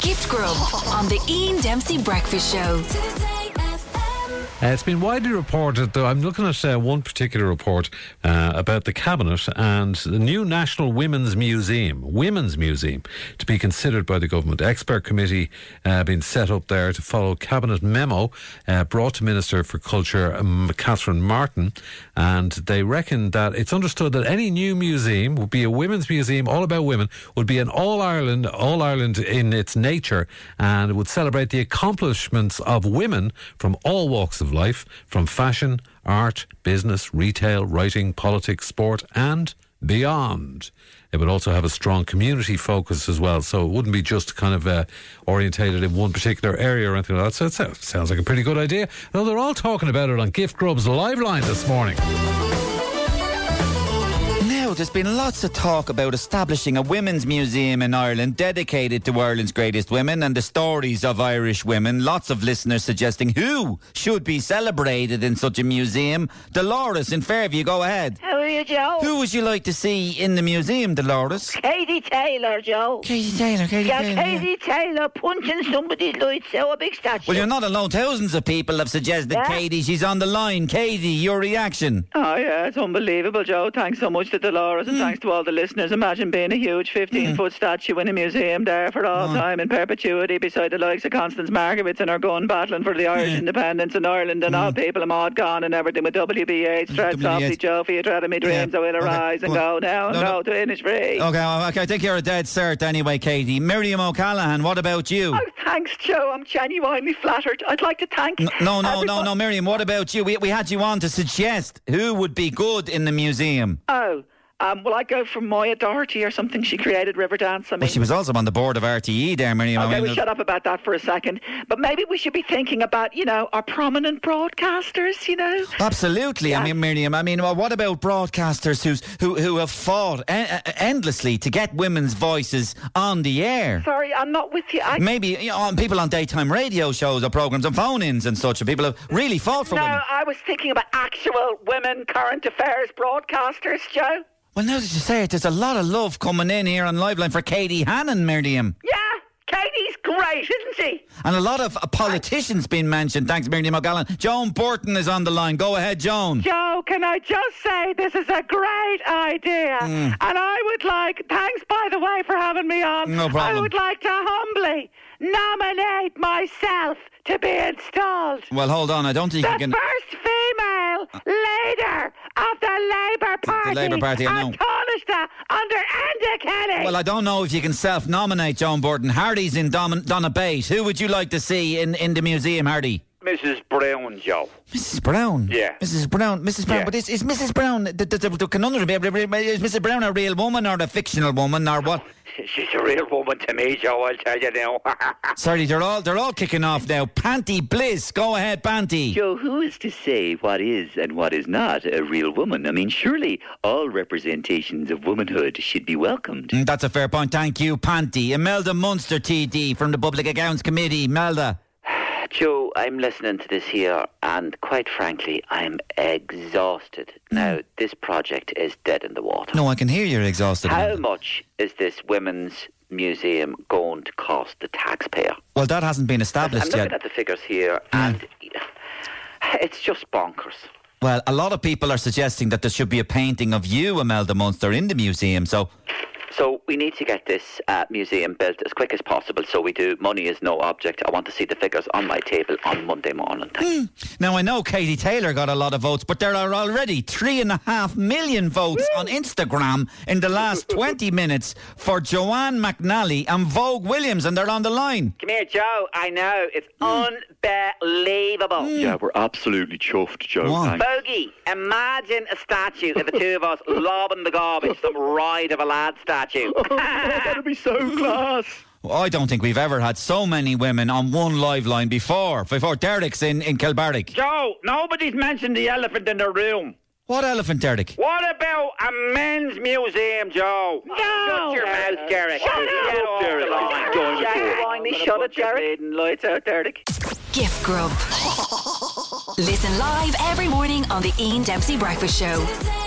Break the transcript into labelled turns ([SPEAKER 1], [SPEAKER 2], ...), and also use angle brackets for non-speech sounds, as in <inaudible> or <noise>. [SPEAKER 1] Gift Grub on the Ian Dempsey Breakfast Show.
[SPEAKER 2] Today FM.
[SPEAKER 3] Uh, it's been widely reported, though. I'm looking at uh, one particular report uh, about the cabinet and the new National Women's Museum, Women's Museum, to be considered by the government. Expert committee uh, being set up there to follow cabinet memo uh, brought to Minister for Culture um, Catherine Martin, and they reckon that it's understood that any new museum would be a women's museum, all about women, would be an all Ireland, all Ireland in its nature, and would celebrate the accomplishments of women from all walks of life, from fashion, art, business, retail, writing, politics, sport, and beyond. It would also have a strong community focus as well, so it wouldn't be just kind of uh, orientated in one particular area or anything like that. So it sounds- sounds like a pretty good idea. Though they're all talking about it on Gift Grub's live line this morning.
[SPEAKER 4] Now, there's been lots of talk about establishing a women's museum in Ireland dedicated to Ireland's greatest women and the stories of Irish women. Lots of listeners suggesting who should be celebrated in such a museum. Dolores in Fairview, go ahead.
[SPEAKER 5] How are you, Joe?
[SPEAKER 4] Who would you like to see in the museum, Dolores?
[SPEAKER 5] Katie Taylor, Joe.
[SPEAKER 4] Katie Taylor, Katie
[SPEAKER 5] yeah,
[SPEAKER 4] Taylor. yeah.
[SPEAKER 5] Katie Taylor punching somebody's lights out a big statue.
[SPEAKER 4] Well, you're not alone. Thousands of people have suggested
[SPEAKER 5] Yeah.
[SPEAKER 4] Katie. She's on the line. Katie, your reaction.
[SPEAKER 6] Oh yeah, it's unbelievable, Joe. Thanks so much to Dolores
[SPEAKER 4] Hmm.
[SPEAKER 6] and thanks to all the listeners. Imagine being a huge 15-foot statue in a museum there for all
[SPEAKER 4] Hmm.
[SPEAKER 6] time in perpetuity beside the likes of Constance Margaret and her gun battling for the
[SPEAKER 4] Hmm.
[SPEAKER 6] Irish independence in Ireland and all people of Maud gone and everything with WBH, Tread
[SPEAKER 4] WBH.
[SPEAKER 6] Softly, Joe, for your tread of me dreams, I will
[SPEAKER 4] Okay,
[SPEAKER 6] arise and
[SPEAKER 4] go
[SPEAKER 6] go
[SPEAKER 4] on.
[SPEAKER 6] now and
[SPEAKER 4] No, no.
[SPEAKER 6] go to Innisfree.
[SPEAKER 4] Okay, well, okay, I think you're a dead cert anyway, Katie. Miriam O'Callaghan, what about you?
[SPEAKER 6] Oh, thanks, Joe. I'm genuinely flattered. I'd like to thank
[SPEAKER 4] No, no, no,
[SPEAKER 6] everyone-
[SPEAKER 4] no, Miriam, what about you? We, we had you on to suggest who would be good in the museum.
[SPEAKER 6] Oh, um, well, I go from Moya Doherty or something. She created Riverdance. I mean,
[SPEAKER 4] Well, she was also on the board of RTE there, Miriam. I
[SPEAKER 6] Okay,
[SPEAKER 4] mean,
[SPEAKER 6] we shut up about that for a second. But maybe we should be thinking about, you know, our prominent broadcasters, you know.
[SPEAKER 4] Absolutely. I mean, Miriam, I mean, well, what about broadcasters who's, who, who have fought en- uh, endlessly to get women's voices on the air?
[SPEAKER 6] Sorry, I'm not with you. I,
[SPEAKER 4] Maybe you know, on people on daytime radio shows or programs and phone ins and such, and people have really fought for
[SPEAKER 6] no,
[SPEAKER 4] women.
[SPEAKER 6] I was thinking about actual women current affairs broadcasters, Joe.
[SPEAKER 4] Well, now that you say it, there's a lot of love coming in here on Liveline for Katie Hannon, Miriam.
[SPEAKER 6] Yeah, Katie's great, isn't she?
[SPEAKER 4] And a lot of uh, politicians being mentioned. Thanks, Miriam O'Gallaghan. Joan Burton is on the line. Go ahead, Joan.
[SPEAKER 6] Joe, can I just say this is a great idea?
[SPEAKER 4] Mm.
[SPEAKER 6] And I would like, thanks by the way for having me on.
[SPEAKER 4] No problem.
[SPEAKER 6] I would like to humbly nominate myself to be installed.
[SPEAKER 4] Well, hold on. I don't think you
[SPEAKER 6] the
[SPEAKER 4] can.
[SPEAKER 6] first female leader of the Labour Party.
[SPEAKER 4] Labour Party, I know.
[SPEAKER 6] and Taoiseach under Enda Kenny.
[SPEAKER 4] Well, I don't know if you can self nominate Joan Burton. Hardy's in Don- Donabate. Who would you like to see in, in the museum, Hardy?
[SPEAKER 7] Mrs. Brown, Joe.
[SPEAKER 4] Mrs. Brown.
[SPEAKER 7] Yeah.
[SPEAKER 4] Mrs. Brown. Mrs. Brown.
[SPEAKER 7] Yeah.
[SPEAKER 4] But is, is Mrs. Brown the, the, the, the conundrum? Is Mrs. Brown a real woman or a fictional woman or what?
[SPEAKER 7] She's a real woman to me, Joe, I'll tell you now.
[SPEAKER 4] Sorry, they're all they're all kicking off now. Panty Bliss. Go ahead, Panty.
[SPEAKER 8] Joe, who is to say what is and what is not a real woman? I mean, surely all representations of womanhood should be welcomed.
[SPEAKER 4] Mm, That's a fair point. Thank you, Panty. Imelda Munster, TD from the Public Accounts Committee. Melda.
[SPEAKER 8] Joe, I'm listening to this here, and quite frankly, I'm exhausted. Now, this project is dead in the water.
[SPEAKER 4] No, I can hear you're exhausted.
[SPEAKER 8] How
[SPEAKER 4] Imelda.
[SPEAKER 8] much is this women's museum going to cost the taxpayer?
[SPEAKER 4] Well, that hasn't been
[SPEAKER 8] I'm
[SPEAKER 4] established
[SPEAKER 8] looking
[SPEAKER 4] yet.
[SPEAKER 8] at the figures here, and it's just bonkers.
[SPEAKER 4] Well, a lot of people are suggesting that there should be a painting of you, Imelda Munster, in the museum. So,
[SPEAKER 8] So we need to get this uh, museum built as quick as possible. So we do. Money is no object. I want to see the figures on my table on Monday morning. Thank
[SPEAKER 4] now I know Katie Taylor got a lot of votes, but there are already three and a half million votes on Instagram in the
[SPEAKER 8] <laughs>
[SPEAKER 4] last 20 minutes for Joanne McNally and Vogue Williams, and they're on the line.
[SPEAKER 8] Come here, Joe. I know it's unbelievable.
[SPEAKER 9] Yeah, we're absolutely chuffed, Joe.
[SPEAKER 4] Wow.
[SPEAKER 9] Thanks.
[SPEAKER 8] Bogey, imagine a statue of the two of us lobbing the garbage, some ride of a lad statue. <laughs>
[SPEAKER 9] That'd be so class.
[SPEAKER 4] I don't think we've ever had so many women on one live line before. Before Derek's in, in Kilbarrick.
[SPEAKER 7] Joe, nobody's mentioned the elephant in the room.
[SPEAKER 4] What elephant, Derek?
[SPEAKER 7] What about a men's museum, Joe?
[SPEAKER 6] No.
[SPEAKER 8] Shut your mouth, Derek.
[SPEAKER 6] Shut
[SPEAKER 8] Get
[SPEAKER 6] up,
[SPEAKER 8] off
[SPEAKER 6] Derek.
[SPEAKER 8] the line.
[SPEAKER 6] Shut
[SPEAKER 8] Jack,
[SPEAKER 6] up. Finally
[SPEAKER 8] I'm gonna
[SPEAKER 6] shut it,
[SPEAKER 8] punch your
[SPEAKER 6] Derek.
[SPEAKER 8] maiden Lights out, Derek.
[SPEAKER 1] Gift Grub. Listen live every morning on the Ian Dempsey Breakfast Show.
[SPEAKER 2] Today